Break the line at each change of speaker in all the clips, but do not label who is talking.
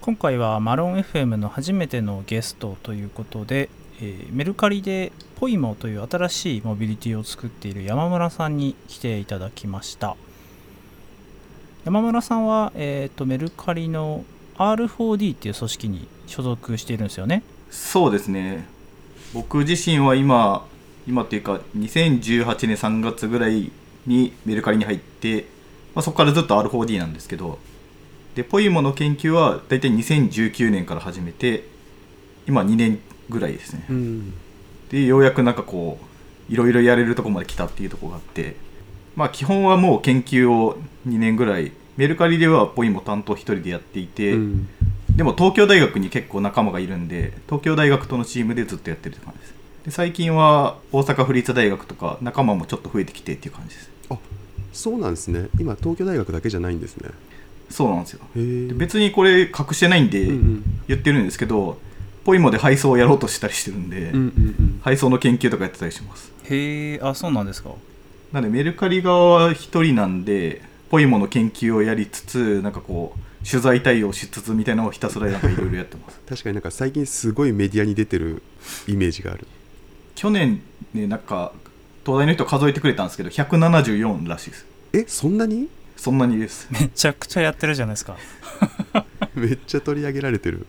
今回はマロン FM の初めてのゲストということで、えーメルカリでポイモという新しいモビリティを作っている山村さんに来ていただきました山村さんは、えー、とメルカリの R4D っていう組織に所属しているんですよね
そうですね僕自身は今今っていうか2018年3月ぐらいにメルカリに入って、まあ、そこからずっと R4D なんですけどでポイモの研究は大体2019年から始めて今2年ぐらいですね、
うん
でようやくなんかこういろいろやれるとこまで来たっていうとこがあってまあ基本はもう研究を2年ぐらいメルカリではポイモ担当1人でやっていて、
うん
でも東京大学に結構仲間がいるんで東京大学とのチームでずっとやってるって感じですで最近は大阪府立大学とか仲間もちょっと増えてきてっていう感じです
そうなんですね今東京大学だけじゃないんですね
そうなんですよ
へえ
で別にこれ隠してないんで
うんうん
言ってるんですけどポイモで配送をやろうとしたりしてるんで、
うんうん
配送の研究とかやってたりします
へえあそうなんですか
なんでメルカリ側は一人なんでポイモの研究をやりつつなんかこう取材対応しつつみたいなのをひたすらなんかいろいろやってます
確かになんか最近すごいメディアに出てるイメージがある
去年ねなんか東大の人数えてくれたんですけど174らしいです
えそんな に
そんなにです
めちゃくちゃやってるじゃないですか
めっちゃ取り上げられてる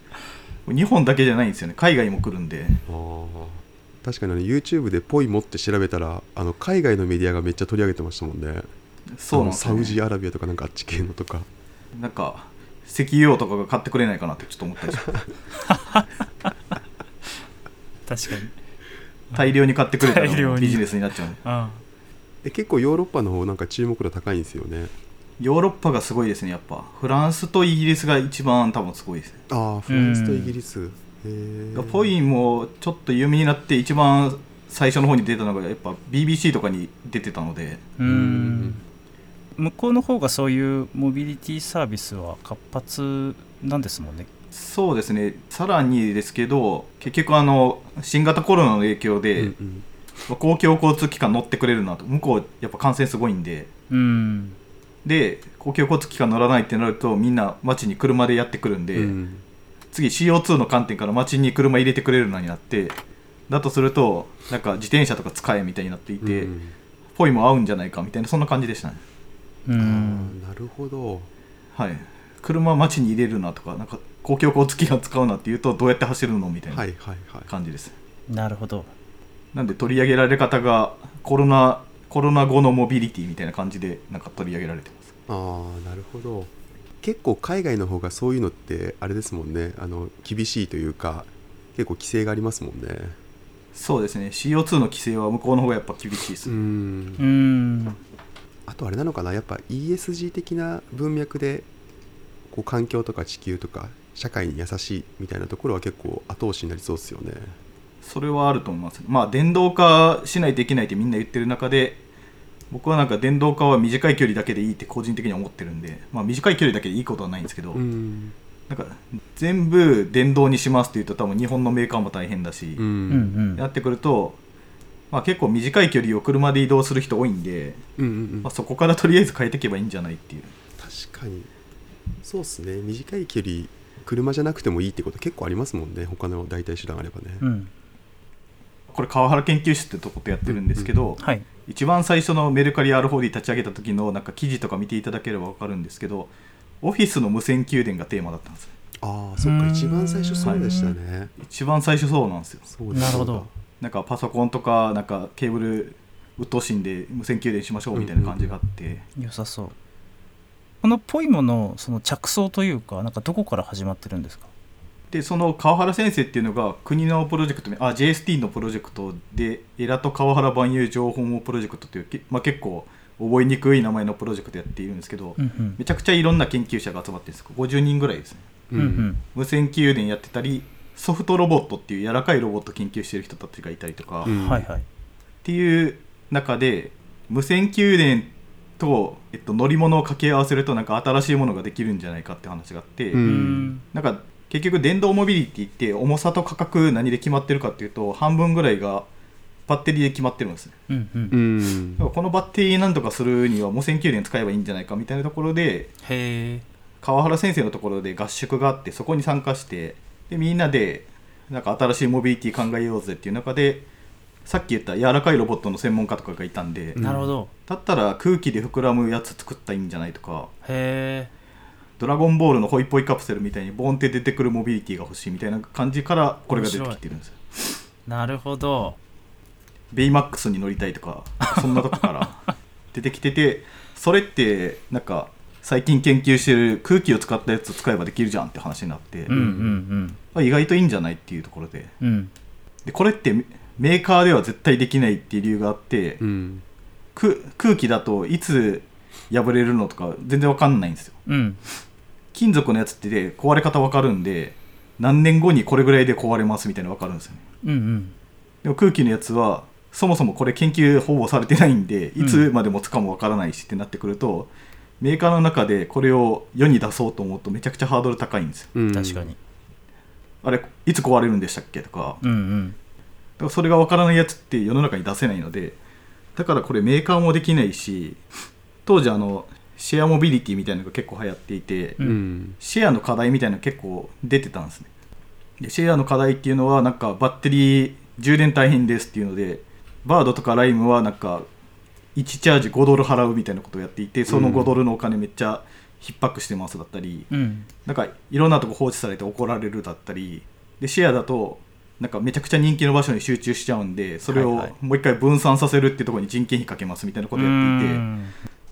日本だけじゃないんですよね海外も来るんで
あー確かにあの YouTube でポイモって調べたらあの海外のメディアがめっちゃ取り上げてましたもんね
そうなん
あの
です
サ
よ、
ウ
ね、
ジアラビアとかなんかあっち系のとか
なんか石油王とかが買ってくれないかなってちょっと思ったりします
確かに
大量に買ってくれたら
大量
もう
に
ビジネスになっちゃうんで
あ
え結構ヨーロッパの方なんか注目度高いんですよね
ヨーロッパがすごいですねやっぱフランスとイギリスが一番多分すごいですね
ああフランスとイギリス、へえ
ポインもちょっと有名になって一番最初の方に出たのがやっぱ BBC とかに出てたので
うーん向こうの方がそういうモビリティサービスは活発なんですもんね
そうですねさらにですけど結局あの新型コロナの影響
う
で、
んうん
まあ公共交通機関乗ってくれるなと向こうやっぱ感染すごいんで
うん
で公共交通機関乗らないってなるとみんな街に車でやってくるんで、
うん
次 CO2 の観点から街に車入れてくれるなになってだとするとなんか自転車とか使えみたいになっていて、
うんうん
ポイも合うんじゃないかみたいなそんな感じでしたね
う
あ
ん
ーなるほど
はい車街に入れるなとかなんか公共交通機関使うなっていうとどうやって走るのみたい
は
ない
はいはい
感じです、
なるほど
なんで取り上げられ方がコロナコロナ後のモビリティみたいな感じでなんか取り上げられてます
ああなるほど結構海外の方がそういうのってあれですもんねあの厳しいというか結構規制がありますもんね
そうですね CO2 の規制は向こうの方がやっぱ厳しいです、
う
ん
ん
あとあれなのかなやっぱ ESG 的な文脈でこう環境とか地球とか社会に優しいみたいなところは結構後押しになりそうですよね
それはあると思いますまあ電動化しないといけないってみんな言ってる中で僕はなんか電動化は短い距離だけでいいって個人的には思ってるんで、まあ、短い距離だけでいいことはないんですけど、
ん
なんか全部電動にしますっていうと多分日本のメーカーも大変だし、
う
うんんうん
なってくると、まあ、結構短い距離を車で移動する人多いんで、
うんうん
まあ、そこからとりあえず変えていけばいいんじゃないっていう
確かにそうですね短い距離車じゃなくてもいいってこと結構ありますもんね他の代替手段あればね、
うん
これ川原研究室ってとことやってるんですけど、
はい
一番最初のメルカリ R4D 立ち上げた時のなんか記事とか見ていただければ分かるんですけどオフィスの無線給電がテーマだったんです
ああそっか
うん
一番最初そうでしたね、
一番最初そうなんですよ
そうだ
なるほ
そうだ
ど
なんかパソコンとかなんかケーブル鬱陶しいんで無線給電しましょうみたいな感じがあって、
良さそうこのポイモのその着想というかなんかどこから始まってるんですか
でその川原先生っていうのが国のプロジェクトにあ JST のプロジェクトでエラと川原万有情報網プロジェクトというけ、まあ、結構覚えにくい名前のプロジェクトやっているんですけど、
うん
めちゃくちゃいろんな研究者が集まってるんです50人ぐらいですね
うんうんうん
無線給電やってたりソフトロボットっていう柔らかいロボット研究してる人たちがいたりとか、
う
っ
ん
はいはい
ていう中で無線給電と、えっと、乗り物を掛け合わせるとなんか新しいものができるんじゃないかって話があって、
うん
なんか結局電動モビリティって重さと価格何で決まってるかっていうと半分ぐらいがバッテリーで決まってるんですね
うんうん
うん
だからこのバッテリーなんとかするには無線給電使えばいいんじゃないかみたいなところで
へえ
川原先生のところで合宿があってそこに参加してでみんなでなんか新しいモビリティ考えようぜっていう中でさっき言った柔らかいロボットの専門家とかがいたんで、
うん
なるほど
だったら空気で膨らむやつ作ったらいいんじゃないとか
へ
ドラゴンボールのホイポイカプセルみたいにボーンって出てくるモビリティが欲しいみたいな感じからこれが出てきてるんですよ
えなるほど
ベイマックスに乗りたいとかそんなとこから出てきててそれってなんか最近研究してる空気を使ったやつ使えばできるじゃんって話になって、
うんうん
あ意外といいんじゃないっていうところで
うんうん
でこれってメメーカーでは絶対できないっていう理由があって、
うん
く空気だといつ破れるのとか全然わかんないんですよ
うん
金属のやつってで壊れ方わかるんで何年後にこれぐらいで壊れますみたいなのわかるんですよね
うんうん
でも空気のやつはそもそもこれ研究ほぼされてないんでいつまで持つかもわからないしってなってくると、メーカーの中でこれを世に出そうと思うとめちゃくちゃハードル高いんですよ
うん
確かに
あれいつ壊れるんでしたっけとかだか
うんうん
らそれがわからないやつって世の中に出せないのでだからこれメーカーもできないし当時あのシェアモビリティみたいなのが結構流行っていて、
う
うん
シェアの課題みたいなの結構出てたんですねでシェアの課題っていうのはなんかバッテリー充電大変ですっていうのでバードとかライムはなんか1チャージ5ドル払うみたいなことをやっていてその5ドルのお金めっちゃ逼迫してますだったり、
うん
なんかいろんなとこ放置されて怒られるだったりでシェアだとなんかめちゃくちゃ人気の場所に集中しちゃうんでそれ
は
を
いはい
もう一回分散させるってところに人件費かけますみたいなことをやっていて。
うん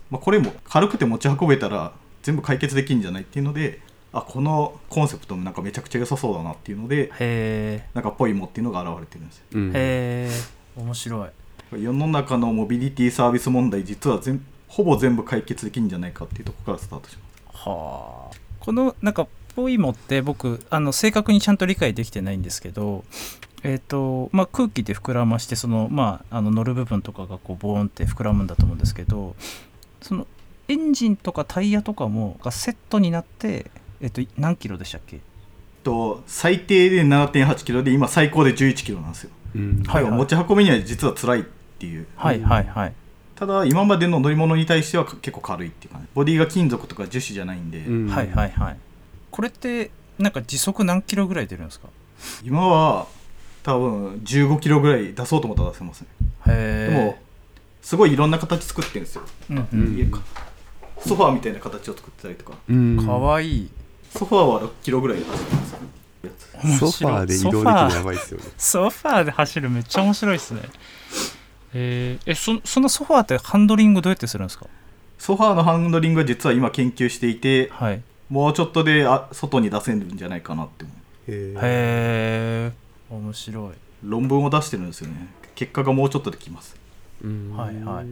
まあ、これも軽くて持ち運べたら全部解決できるんじゃないっていうのであこのコンセプトもなんかめちゃくちゃ良さそうだなっていうので
へ
なんかポイモっていうのが現れてるんですよ
うん
えへえ面白い
世の中のモビリティサービス問題実は全ほぼ全部解決できるんじゃないかっていうところからスタートします
はあこのなんかポイモって僕あの正確にちゃんと理解できてないんですけど、えーとまあ、空気で膨らましてその、まあ、あの乗る部分とかがこうボーンって膨らむんだと思うんですけどそのエンジンとかタイヤとかもがセットになって、えっと何キロでしたっけ
と最低で7 8キロで今最高で1 1キロなんですよ、
うん
はいはい
要持ち運びには実は辛いっていう
はいはいはい。
ただ今までの乗り物に対しては結構軽いっていうか、ね、ボディが金属とか樹脂じゃないんで、
うん
はいはいはい。これってなんか時速何キロぐらい出るんですか
今は多分15キロぐらい出そうと思ったら出せますね
へ
でも、すごいいろんな形作ってるんですよ、
でも、う
う
ん
家かソファーみたいな形を作ってたりとか
うん
うん、かわいい。
ソファーは6キロぐらい走ってますよやつ
面白
ソ
い
ファーで移動できるのやばいですよね
ソファーで走るめっちゃ面白いですね。えーえそそのソファーってハンドリングどうやってするんですか
ソファーのハンドリングは実は今研究していて
はい。へ
もうちょっとであ外に出せるんじゃないかなって思う
へえ
え面白い。
論文を出してるんですよね結果がもうちょっとできます
はいはい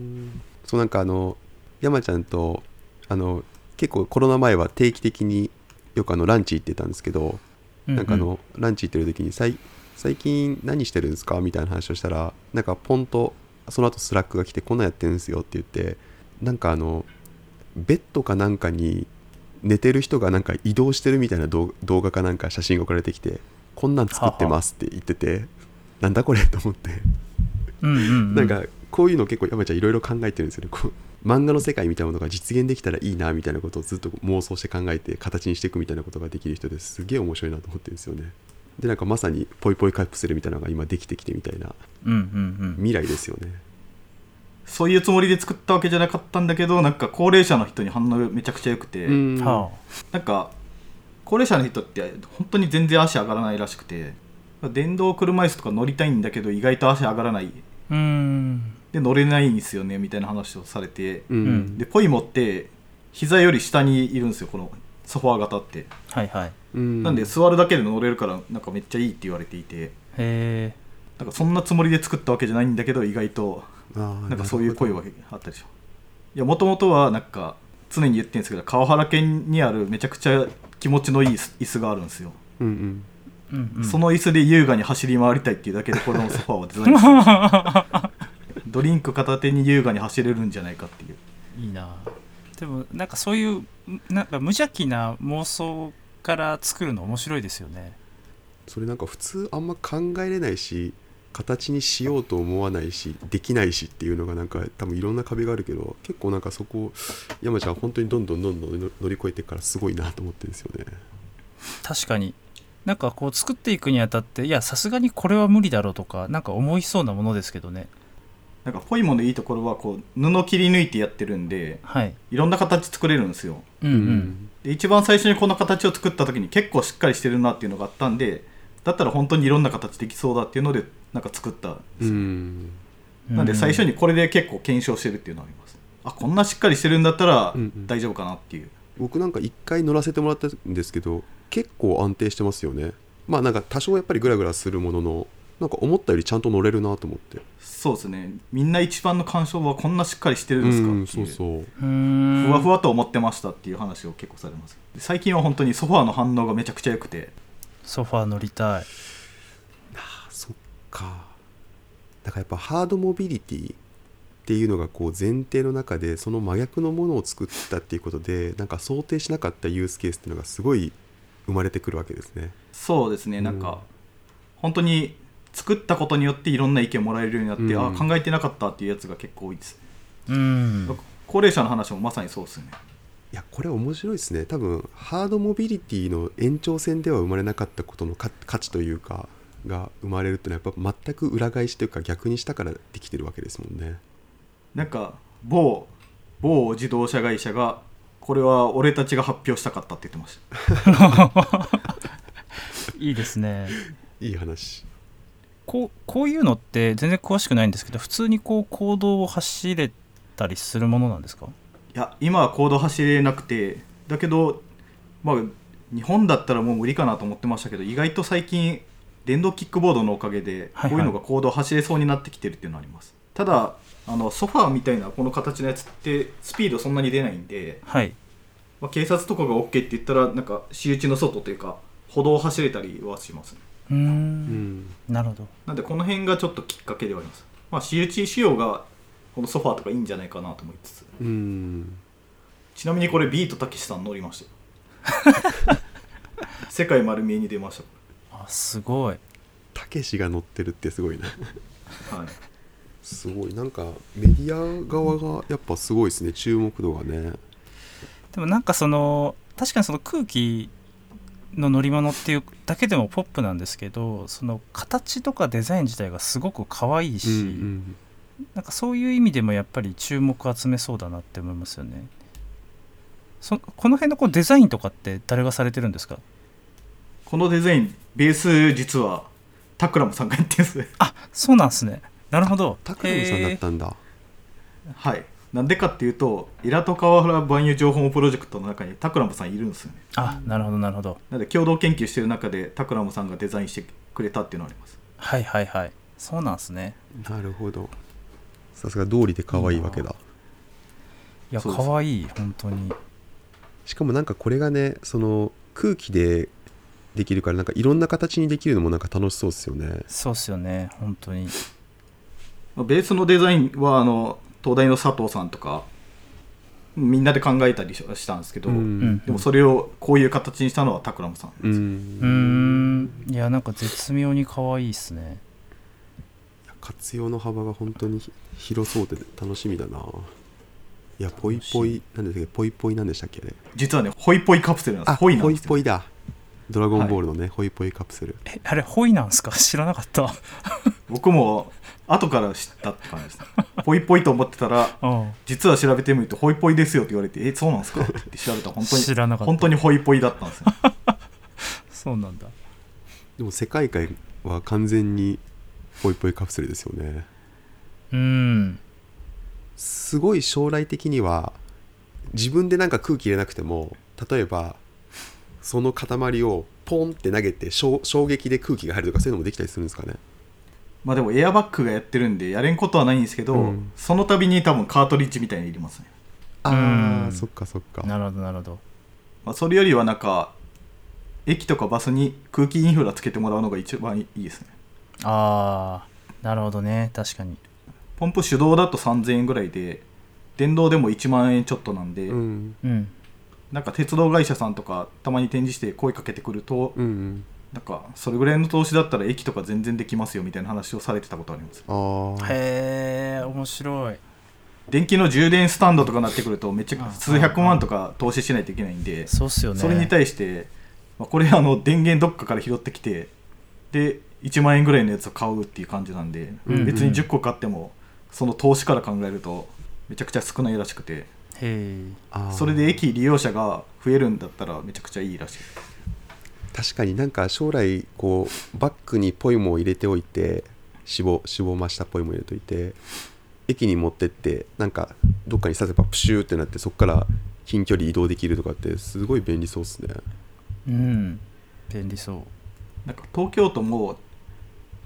そうなんかあの山ちゃんとあの結構コロナ前は定期的によくあのランチ行ってたんですけど、なんかあ
うう
のランチ行ってる時に最最近何してるんですかみたいな話をしたらなんかポンとその後スラックが来てこんなんやってるんですよって言ってなんかあのベッドかなんかに寝てる人がなんか移動してるみたいな動動画かなんか写真が送られてきてこんなん作ってますって言っててなんだこれと思って
うんうんうん、
なんかこういうの結構山ちゃんいろいろ考えてるんですよねこう漫画の世界みたいなものが実現できたらいいなみたいなことをずっと妄想して考えて形にしていくみたいなことができる人ですげえ面白いなと思ってるんですよねでなんかまさにポイポイカプセルみたいなのが今できてきてみたいな
うんうん
未来ですよね
そういうつもりで作ったわけじゃなかったんだけどなんか高齢者の人に反応がめちゃくちゃ良くて、
うん。
は
は
なんか高齢者の人って本当に全然足上がらないらしくて電動車椅子とか乗りたいんだけど意外と足上がらない
あ。うん。
で乗れないんですよねみたいな話をされて、
うん
でポイモって膝より下にいるんですよこのソファー型って、
はいはい。へ
うん
なんで座るだけで乗れるからなんかめっちゃいいって言われていて
え。
なんかそんなつもりで作ったわけじゃないんだけど意外と
あー
なんかそういう
なる
声はあったでしょいやもともとはなんか常に言ってるんですけど川原県にあるめちゃくちゃ気持ちのいい椅子があるんですよ、
ほどうん
うんうん、
その椅子で優雅に走り回りたいっていうだけでこれのソファーをデ ザインしてましたドリンク片手に優雅に走れるんじゃないかっていう
いいなでもなんかそういうんなんか無邪気な妄想から作るの面白いですよね
それなんか普通あんま考えれないし形にしようと思わないしできないしっていうのがなんか多分いろんな壁があるけど結構なんかそこを山ちゃん本当にどんどんどんどん乗乗り越えていくからすごいなと思ってるんですよね。
確かになんかこう作っていくにあたっていやさすがにこれは無理だろうとかなんか思いそうなものですけどね
なんかポイモのいいところはこう布切り抜いてやってるんで
はい
いろんな形作れるんですよ
うん
う
うん、
で一番最初にこの形を作った時に結構しっかりしてるなっていうのがあったんでだったら本当にいろんな形できそうだっていうのでなんか作った
うん
うん、
なんで最初にこれで結構検証してるっていうのはありますあこんなしっかりしてるんだったら
うんうん
大丈夫かなっていう、
僕なんか一回乗らせてもらったんですけど結構安定してますよねまあなんか多少やっぱりグラグラするもののなんか思ったよりちゃんと乗れるなと思って
そうですねみんな一番の鑑賞はこんなしっかりしてるんですか
うん
ってい
そううそう
うーん
ふわふわと思ってましたっていう話を結構されます最近は本当にソファーの反応がめちゃくちゃ良くて
ソファー乗りたい
あそっかだからやっぱハードモビリティっていうのがこう前提の中でその真逆のものを作ったっていうことでなんか想定しなかったユースケースっていうのがすごい生まれてくるわけですね
そうですね
うん
なんか、本当に作ったことによっていろんな意見もらえるようになって、
うん
あ考えてなかったっていうやつが結構多いです、
うん
高齢者の話もまさにそうですね
いやこれ面白いですね多分ハードモビリティの延長線では生まれなかったことの価価値というかが生まれるってのはやっぱ全く裏返しというか逆にしたからできてるわけですもんね
なんか某某自動車会社がこれは俺たちが発表したかったって言ってました
いいですね
いい話
こうこういうのって全然詳しくないんですけど普通にこう行動を走れたりするものなんですか
いや今は行動走れなくてだけどまあ日本だったらもう無理かなと思ってましたけど意外と最近電動キックボードのおかげで
はいはい
こういうのが行動走れそうになってきてるっていうのはあります、ただあのソファーみたいなこの形のやつってスピードそんなに出ないんで、
はい
まあ、警察とかが OK って言ったらなんか私有地の外というか歩道を走れたりはしますね
うー
うんん
なるほど
なんでこの辺がちょっときっかけではありますまあ私有地仕様がこのソファーとかいいんじゃないかなと思いつつ
うん
ちなみにこれビートたけしさん乗りましたよ世界丸見えに出まし
あすごい
たけしが乗ってるってすごいな
た、はい、
すごいなんかメディア側がやっぱすごいですね注目度がね
でもなんかその確かにその空気の乗り物っていうだけでもポップなんですけどその形とかデザイン自体がすごく可愛いし、
うん
なんかそういう意味でもやっぱり注目を集めそうだなって思いますよねそこの辺のこうデザインとかって誰がされてるんですか
このデザインベース実はタクラムさんがやってるんですね
あそうなんですねなるほど
タクラムさんだ
へ
っ
ー
たんだ
はいなんでかっていうとイラトカワハラ万有情報プロジェクトの中にタクラムさんいるんですよね
あなるほどなるほど
なんで共同研究してる中でタクラムさんがデザインしてくれたっていうのがあります
はいはいはいそうなんですね
なるほどさすが道理で可愛いわけだ
いや
そうです
可愛い本当に
しかもなんかこれがねその空気でできるからなんかいろんな形にできるのもなんか楽しそうですよね
そうっすよね本当に
まあベースのデザインはあの東大の佐藤さんとかみんなで考えたりししたんですけど、
うん
でもそれをこういう形にしたのはタクラムさん
うん
うーんいやなんか絶妙に可愛いっすね
活用の幅が本当にひ広そうで楽しみだないやポイポイなんでしたっけポイポイなんでしたっけあれ
実はねホイポイカプセルなんですホイなん
ポ
で
イ
すよ
ポイだドラゴンボールのね、ホイポイカプセル
えあれホイなんすか 知らなかった
僕も後から知ったって感じですね ホイポイと思ってたら
うん
実は調べてみるとホイポイですよって言われてえそうなんですかって調べたら本当に
知らなかった
本当にホイポイだったんですよ
そうなんだ
でも世界観は完全にポイポイカプセルですよね
うん
すごい将来的には自分でなんか空気入れなくても例えばその塊をポンって投げて衝衝撃で空気が入るとかそういうのもできたりするんですかね
まあでもエアバッグがやってるんでやれんことはないんですけど、
うん
その度に多分カートリッジみたいにいりますね、
あ
う
あ
ん
そっかそっか
なるほどなるほど
まあ、それよりはなんか駅とかバスに空気インフラつけてもらうのが一番いいですね
あーなるほどね確かに
ポンプ手動だと3000円ぐらいで電動でも1万円ちょっとなんで、
うん
うん
なんか鉄道会社さんとかたまに展示して声かけてくると、
うんうん
なんかそれぐらいの投資だったら駅とか全然できますよみたいな話をされてたことあります
あー、
へえ面白い
電気の充電スタンドとかになってくるとめっちゃ数百万とか投資しないといけないんで
そうっすよね
それに対して、まあ、これあの電源どっかから拾ってきてで1万円ぐらいのやつを買うっていう感じなんで、
うんうん
別に10個買ってもその投資から考えるとめちゃくちゃ少ないらしくて
へ
あー
それで駅利用者が増えるんだったらめちゃくちゃいいらしい
確かになんか将来こうバッグにポイモを入れておいてしぼしぼましたポイモを入れといて駅に持ってってなんかどっかに刺せばプシューってなってそこから近距離移動できるとかってすごい便利そうですね
えうん便利そう
なんか東京都も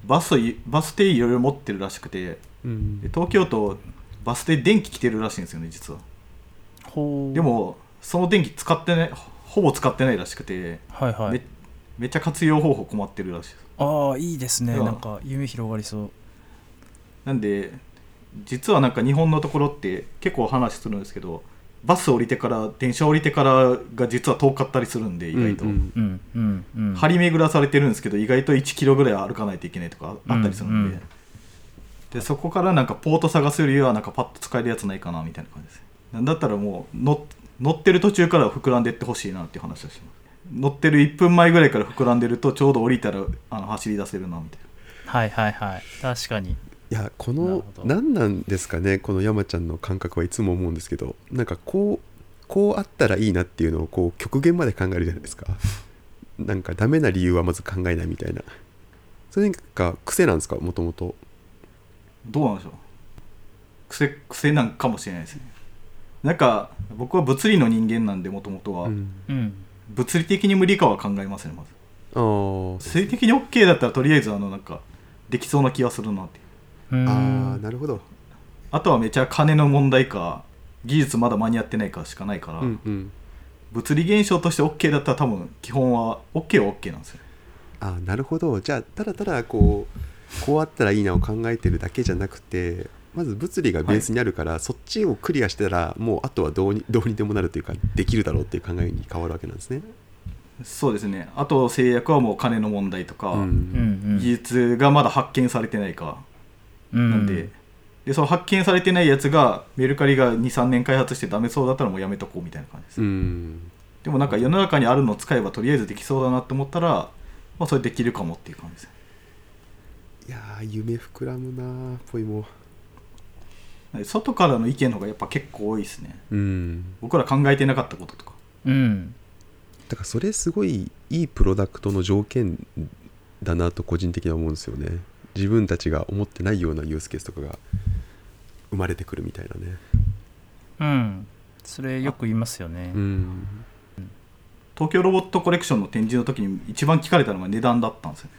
バスいバス停いろいろ持ってるらしくて
うん
で東京都バス停電気来てるらしいんですよね実は
ほう
でもその電気使ってないほほぼ使ってないらしくて、
はいは
め
い
めっちゃ活用方法困ってるらしいです
ああいいですね
では
なんか夢広がりそう
なんで実はなんか日本のところって結構話するんですけどバス降りてから電車降りてからが実は遠かったりするんで意外と、
うんうん
うんうんうん
張り巡らされてるんですけど意外と1キロぐらい歩かないといけないとかあったりするん
うんう
で,、
ん
でそこからなんかポート探すよりはなんかパッと使えるやつないかなみたいな感じですなんだったらもう乗っ乗ってる途中から膨らんでってほしいなっていう話をします乗ってる1分前ぐらいから膨らんでるとちょうど降りたらあの走り出せるなみたいな
はいはいはい確かに
いやこ
なる
の
ほど
何なんですかねこの山ちゃんの感覚はいつも思うんですけどなんかこうこうあったらいいなっていうのをこう極限まで考えるじゃないですかなんかダメな理由はまず考えないみたいなそれが癖なんですかもともと
どうなんでしょう癖癖なんかもしれないですねなんか僕は物理の人間なんでもともとは、
うん
うん
物理的に無理かは考えますねまず
あー
物理的に OK だったらとりあえずあのなんかできそうな気がするなっていう
うーん
あーなるほど
あとはめちゃ金の問題か技術まだ間に合ってないかしかないから、
うんうん
物理現象として OK だったら多分基本は OK は OK なんですよ
あーなるほどじゃあただただこうこうあったらいいなを考えてるだけじゃなくてまず物理がベースにあるから、そっちをクリアしたらもうあとはどうにどうにでもなるというかできるだろうっていう考えに変わるわけなんですね。
そうですねあと制約はもう金の問題とか、
うんうん
技術がまだ発見されてないか
うん
なんで,、でその発見されてないやつがメルカリが23年開発してダメそうだったらもうやめとこうみたいな感じです、
うん
でもなんか世の中にあるのを使えばとりあえずできそうだなって思ったら、まあ、それできるかもっていう感じです
いやー夢膨らむなーぽいも
なんで外からの意見の方がやっぱ結構多いですね
うん
僕ら考えてなかったこととか
うん
だからそれすごいいいプロダクトの条件だなと個人的には思うんですよね自分たちが思ってないようなユースケースとかが生まれてくるみたいなね
うんそれよく言いますよね
うん
東京ロボットコレクションの展示の時に一番聞かれたのが値段だったんですよね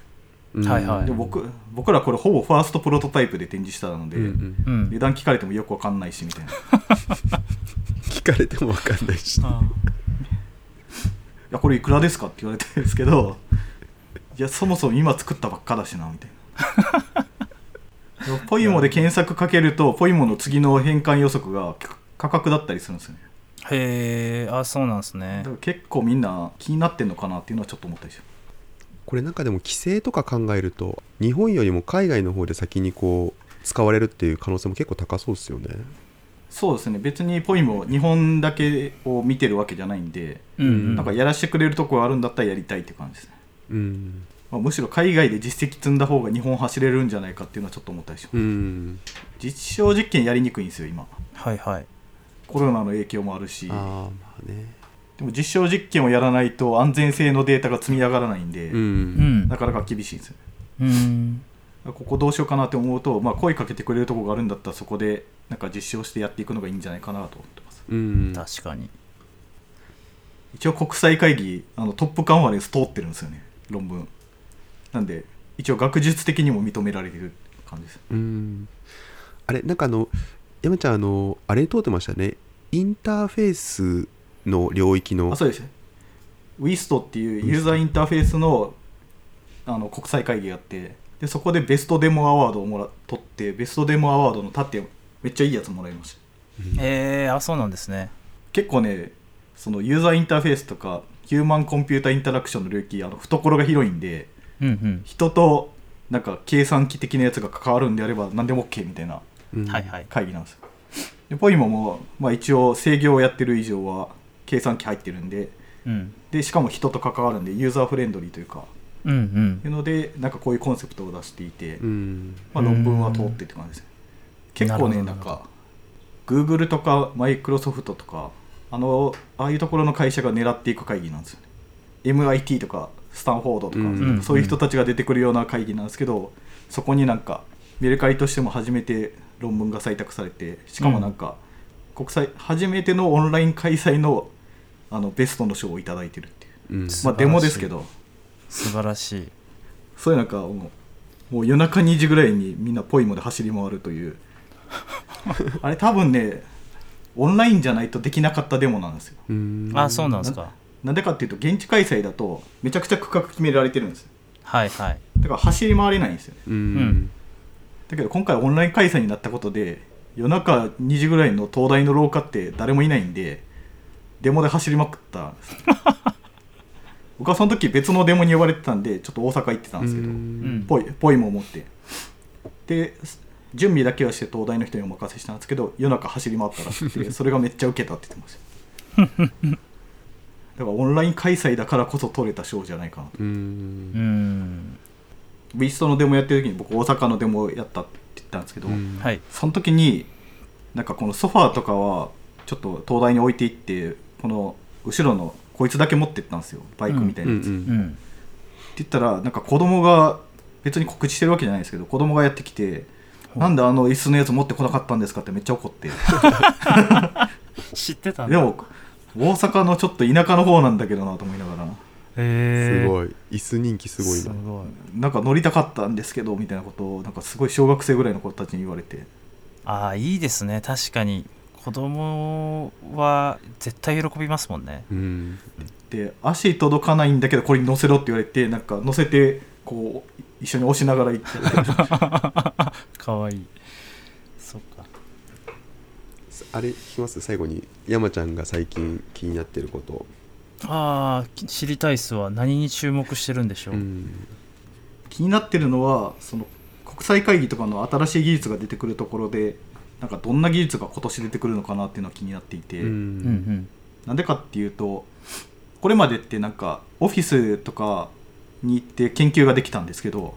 うん
はいはい
で僕僕らこれほぼファーストプロトタイプで展示したので、
うんうん
うん
値段聞かれてもよくわかんないしみたいない
聞かれても分かんないし
あー
やこれいくらですかって言われたんですけどいやそもそも今作ったばっかだしなみたいなでもポイモで検索かけるとポイモの次の変換予測が価価格だったりするんですよね
へえあそうなんです
だ
ね
から結構みんな気になってんのかなっていうのはちょっと思ったりします
これなんかでも規制とか考えると日本よりも海外の方で先にこう使われるっていう可能性も結構高そうですよね
そうですね別にポイも日本だけを見てるわけじゃないんで、
うんうん
なんかやらしてくれるとこがあるんだったらやりたいって感じですね、
うん
まあ、むしろ海外で実績積んだ方が日本走れるんじゃないかっていうのはちょっと思ったりします、
うん
実証実験やりにくいんですよ今
はいはい
コロナの影響もあるし
ああまあね
でも実証実験をやらないと安全性のデータが積み上がらないんで、
うん
うん
なかなか厳しいんですよね
うん
ここどうしようかなって思うと、まあ、声かけてくれるとこがあるんだったらそこでなんか実証してやっていくのがいいんじゃないかなと思ってます
うん
確かに
一応国際会議あのトップカンファレンス通ってるんですよね論文なんで一応学術的にも認められてる感じです
うんあれなんかあの山ちゃんあのあれに通ってましたねインターフェースの領域の
あそうですウィストっていうユーザーインターフェースのあの国際会議があってでそこでベストデモアワードをもら取ってベストデモアワードの盾めっちゃいいやつもらいました
へえあそうなんですね
結構ねそのユーザーインターフェースとかヒューマンコンピューターインタラクションの領域あの懐が広いんで
うんうん
人となんか計算機的なやつが関わるんであれば何でも OK みたいな
うん
はいはい
会議なんですよでポイモも、まあ、一応制御をやってる以上は計算機入ってるんで
うん
でしかも人と関わるんでユーザーフレンドリーというか
うんう
いうんのでなんかこういうコンセプトを出していて、
うん
まあ、論文は通ってって感じですね結構ね
な
な
る
ん
ほど
か Google とか Microsoft とかあのああいうところの会社が狙っていく会議なんですよね MIT とかスタンフォードとか、
うん
うん
そういう人たちが出てくるような会議なんですけどそこになんかメルカリとしても初めて論文が採択されてしかもなんか、国際初めてのオンライン開催のあのベストの賞をいただいてるっていう
うん
素晴ら
まあ
しい
デモですけど
素晴らしい
そういうなんかもうもう夜中2時ぐらいにみんなポイモで走り回るというあれ多分ねオンラインじゃないとできなかったデモなんですよ
うん
あそうなんですか
なんでかっていうと現地開催だとめちゃくちゃ区画決められてるんですよ
はいはい
だから走り回れないんですよね
うん
だけど今回オンライン開催になったことで夜中2時ぐらいの東大の廊下って誰もいないんでデモで走りまくったんです僕はその時別のデモに呼ばれてたんでちょっと大阪行ってたんですけど
うん
ぽいぽいも持ってです準備だけはして東大の人にお任せしたんですけど夜中走り回ったらしく てそれがめっちゃウケたって言ってましただからオンライン開催だからこそ取れた賞じゃないかなと
う
うんん
ウィストのデモやってる時に僕大阪のデモやったって言ったんですけど、
うん
はい
その時になんかこのソファーとかはちょっと東大に置いていってこの後ろのこいつだけ持ってったんですよバイクみたいなやつ、
うんう
って
ん
うん
言ったらなんか子供が別に告知してるわけじゃないですけど子供がやってきてなんであの椅子のやつ持ってこなかったんですかってめっちゃ 怒って
知ってたん
で
だ
も大阪のちょっと田舎の方なんだけどなと思いながら
へー
すごい椅子人気すごい
す
な
ごい
なんか乗りたかったんですけどみたいなことをなんかすごい小学生ぐらいの子たちに言われて
ああいいですね確かに子供は絶対喜びますもんね
うん
で足届かないんだけどこれに乗せろって言われてなんか乗せてこう一緒に押しながら行って
かわいいそっか
あれ聞きます最後に山ちゃんが最近気になってること
ああき知りたいっすは何に注目してるんでしょう、
うん
気になってるのはその国際会議とかの新しい技術が出てくるところでなんかどんな技術が今年出てくるのかなっていうのは気になっていて、
うんうん
なんでかっていうとこれまでってなんかオフィスとかに行って研究ができたんですけど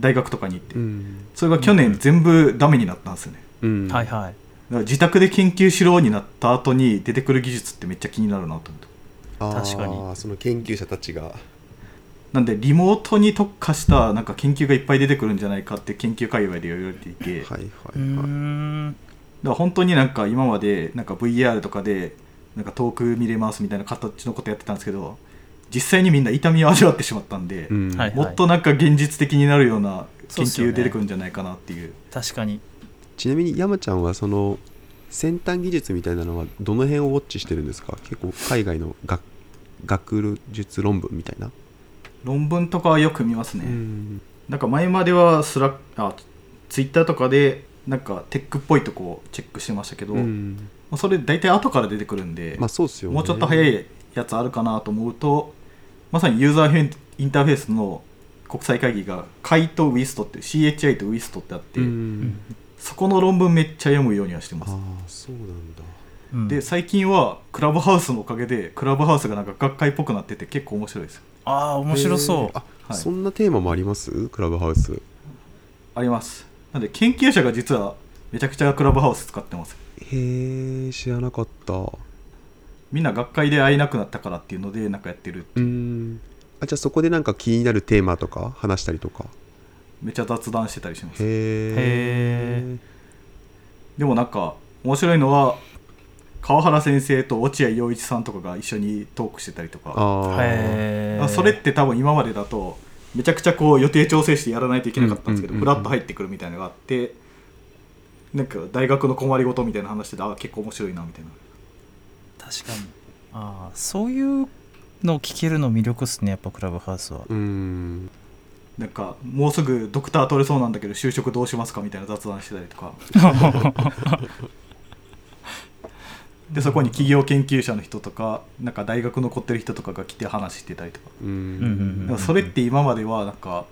大学とかに行って、
うん
それが去年全部ダメになったんですよね
うん
はいはい
だから自宅で研究しろになった後に出てくる技術ってめっちゃ気になるなと思って
あ
確
ー
かに
その研究者たちが
なんでリモートに特化したなんか研究がいっぱい出てくるんじゃないかって研究界隈で言われていて、
はいは
うー
いはい
ん
だから本当になんか今までなんか VR とかでなんか遠く見れますみたいな形のことやってたんですけど実際にみんな痛みを味わってしまったんで、
うん
はい
もっとなんか現実的になるような
そう
研
っすよね
究出てくるんじゃないかなっていう
確かに
ちなみに山ちゃんはその先端技術みたいなのはどの辺をウォッチしてるんですか結構海外の学学術論文みたいな、
論文とかはよく見ますね、
うん
なんか前まではスラッあツイッターとかでなんかテックっぽいとこをチェックしてましたけど、
う
ま
ん
あそれ大体後から出てくるんで、
まあそうっすよね
もうちょっと早いやつあるかなと思うとまさにユーザーフェンインターフェースの国際会議が CHI と WIST って CHI と WIST ってあって、
うん
そこの論文めっちゃ読むようにはして
あ
ます
あそうなんだ
うん
で最近はクラブハウスのおかげでクラブハウスがなんか学会っぽくなってて結構面白いですよ
ああ面白そう、
あ、
はい
そんなテーマもありますクラブハウス
ありますなんで研究者が実はめちゃくちゃクラブハウス使ってます
へえ知らなかったう
みんな学会で会えなくなったからっていうのでなんかやってる
んあじゃあそこでなんか気になるテーマとか話したりとか
めっちゃ雑談してたりします
へえ
でもなんか面白いのは川原先生と落合陽一さんとかが一緒にトークしてたりとか
ああ
へ
あそれって多分今までだとめちゃくちゃこう予定調整してやらないといけなかったんですけど
うんう
フ
んうんう
ラ
ん
ッと入ってくるみたいなのがあってなんか大学の困りごとみたいな話しててあ結構面白いなみたいな
確かにああそういうのを聞けるの魅力っすねやっぱクラブハウス は
うん
なんかもうすぐドクター取れそうなんだけど就職どうしますかみたいな雑談してたりとかでそこに企業研究者の人とかなんか大学残ってる人とかが来て話してたりとか
う
うん
ん
だからそれって今まではなんか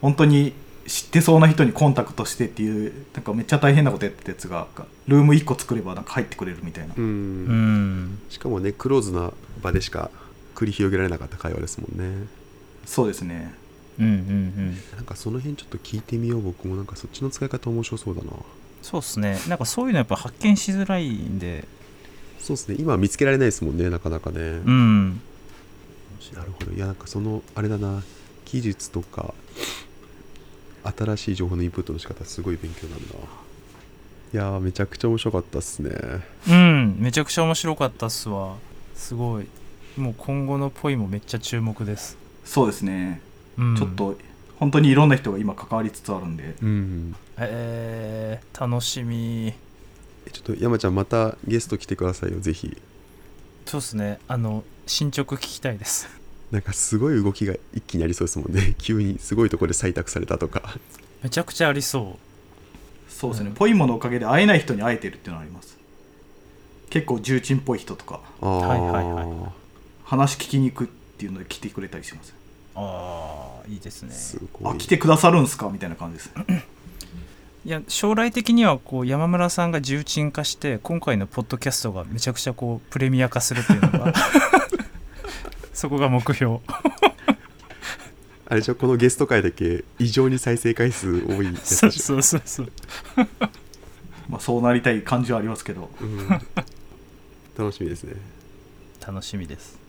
本当に知ってそうな人にコンタクトしてっていうなんかめっちゃ大変なことやってたやつがルーム1個作ればなんか入ってくれるみたいな
う
うんん
しかもねクローズな場でしか繰り広げられなかった会話ですもんね
そうですね
うんうんうん
なんかその辺ちょっと聞いてみよう僕もなんかそっちの使い方面白そうだな
そうですねなんかそういうのやっぱ発見しづらいんで
そうですね今は見つけられないですもんねなかなかね、
うん
なるほどいやなんかそのあれだな技術とか新しい情報のインプットの仕方すごい勉強になんだいやーめちゃくちゃ面白かったっすね
うんめちゃくちゃ面白かったっすわすごいもう今後のポイもめっちゃ注目です、
そうですね、
うん、
ちょっと本当にいろんな人が今関わりつつあるんで
うん
えー、楽しみ
えちょっと山ちゃんまたゲスト来てくださいよぜひ
そうですねあの進捗聞きたいです
なんかすごい動きが一気にありそうですもんね 急にすごいところで採択されたとか
めちゃくちゃありそ
そうですね、
うん
ポイモのおかげで会えない人に会えてるっていうのはあります結構重鎮っぽい人とか
ああ、
はいはいは
話聞きに行くっていうので来てくれたりします
うああいいですね
すご
あ
い
来てくださるんすかみたいな感じですね
いや将来的にはこう山村さんが重鎮化して今回のポッドキャストがめちゃくちゃこうプレミア化するっていうの がそこが目標
あれじゃこのゲスト回だけ異常に再生回数多いやつ
そう
でしょ
そうそうそう
まあそうなりたい感じはありますけど
うん楽しみですね
楽しみです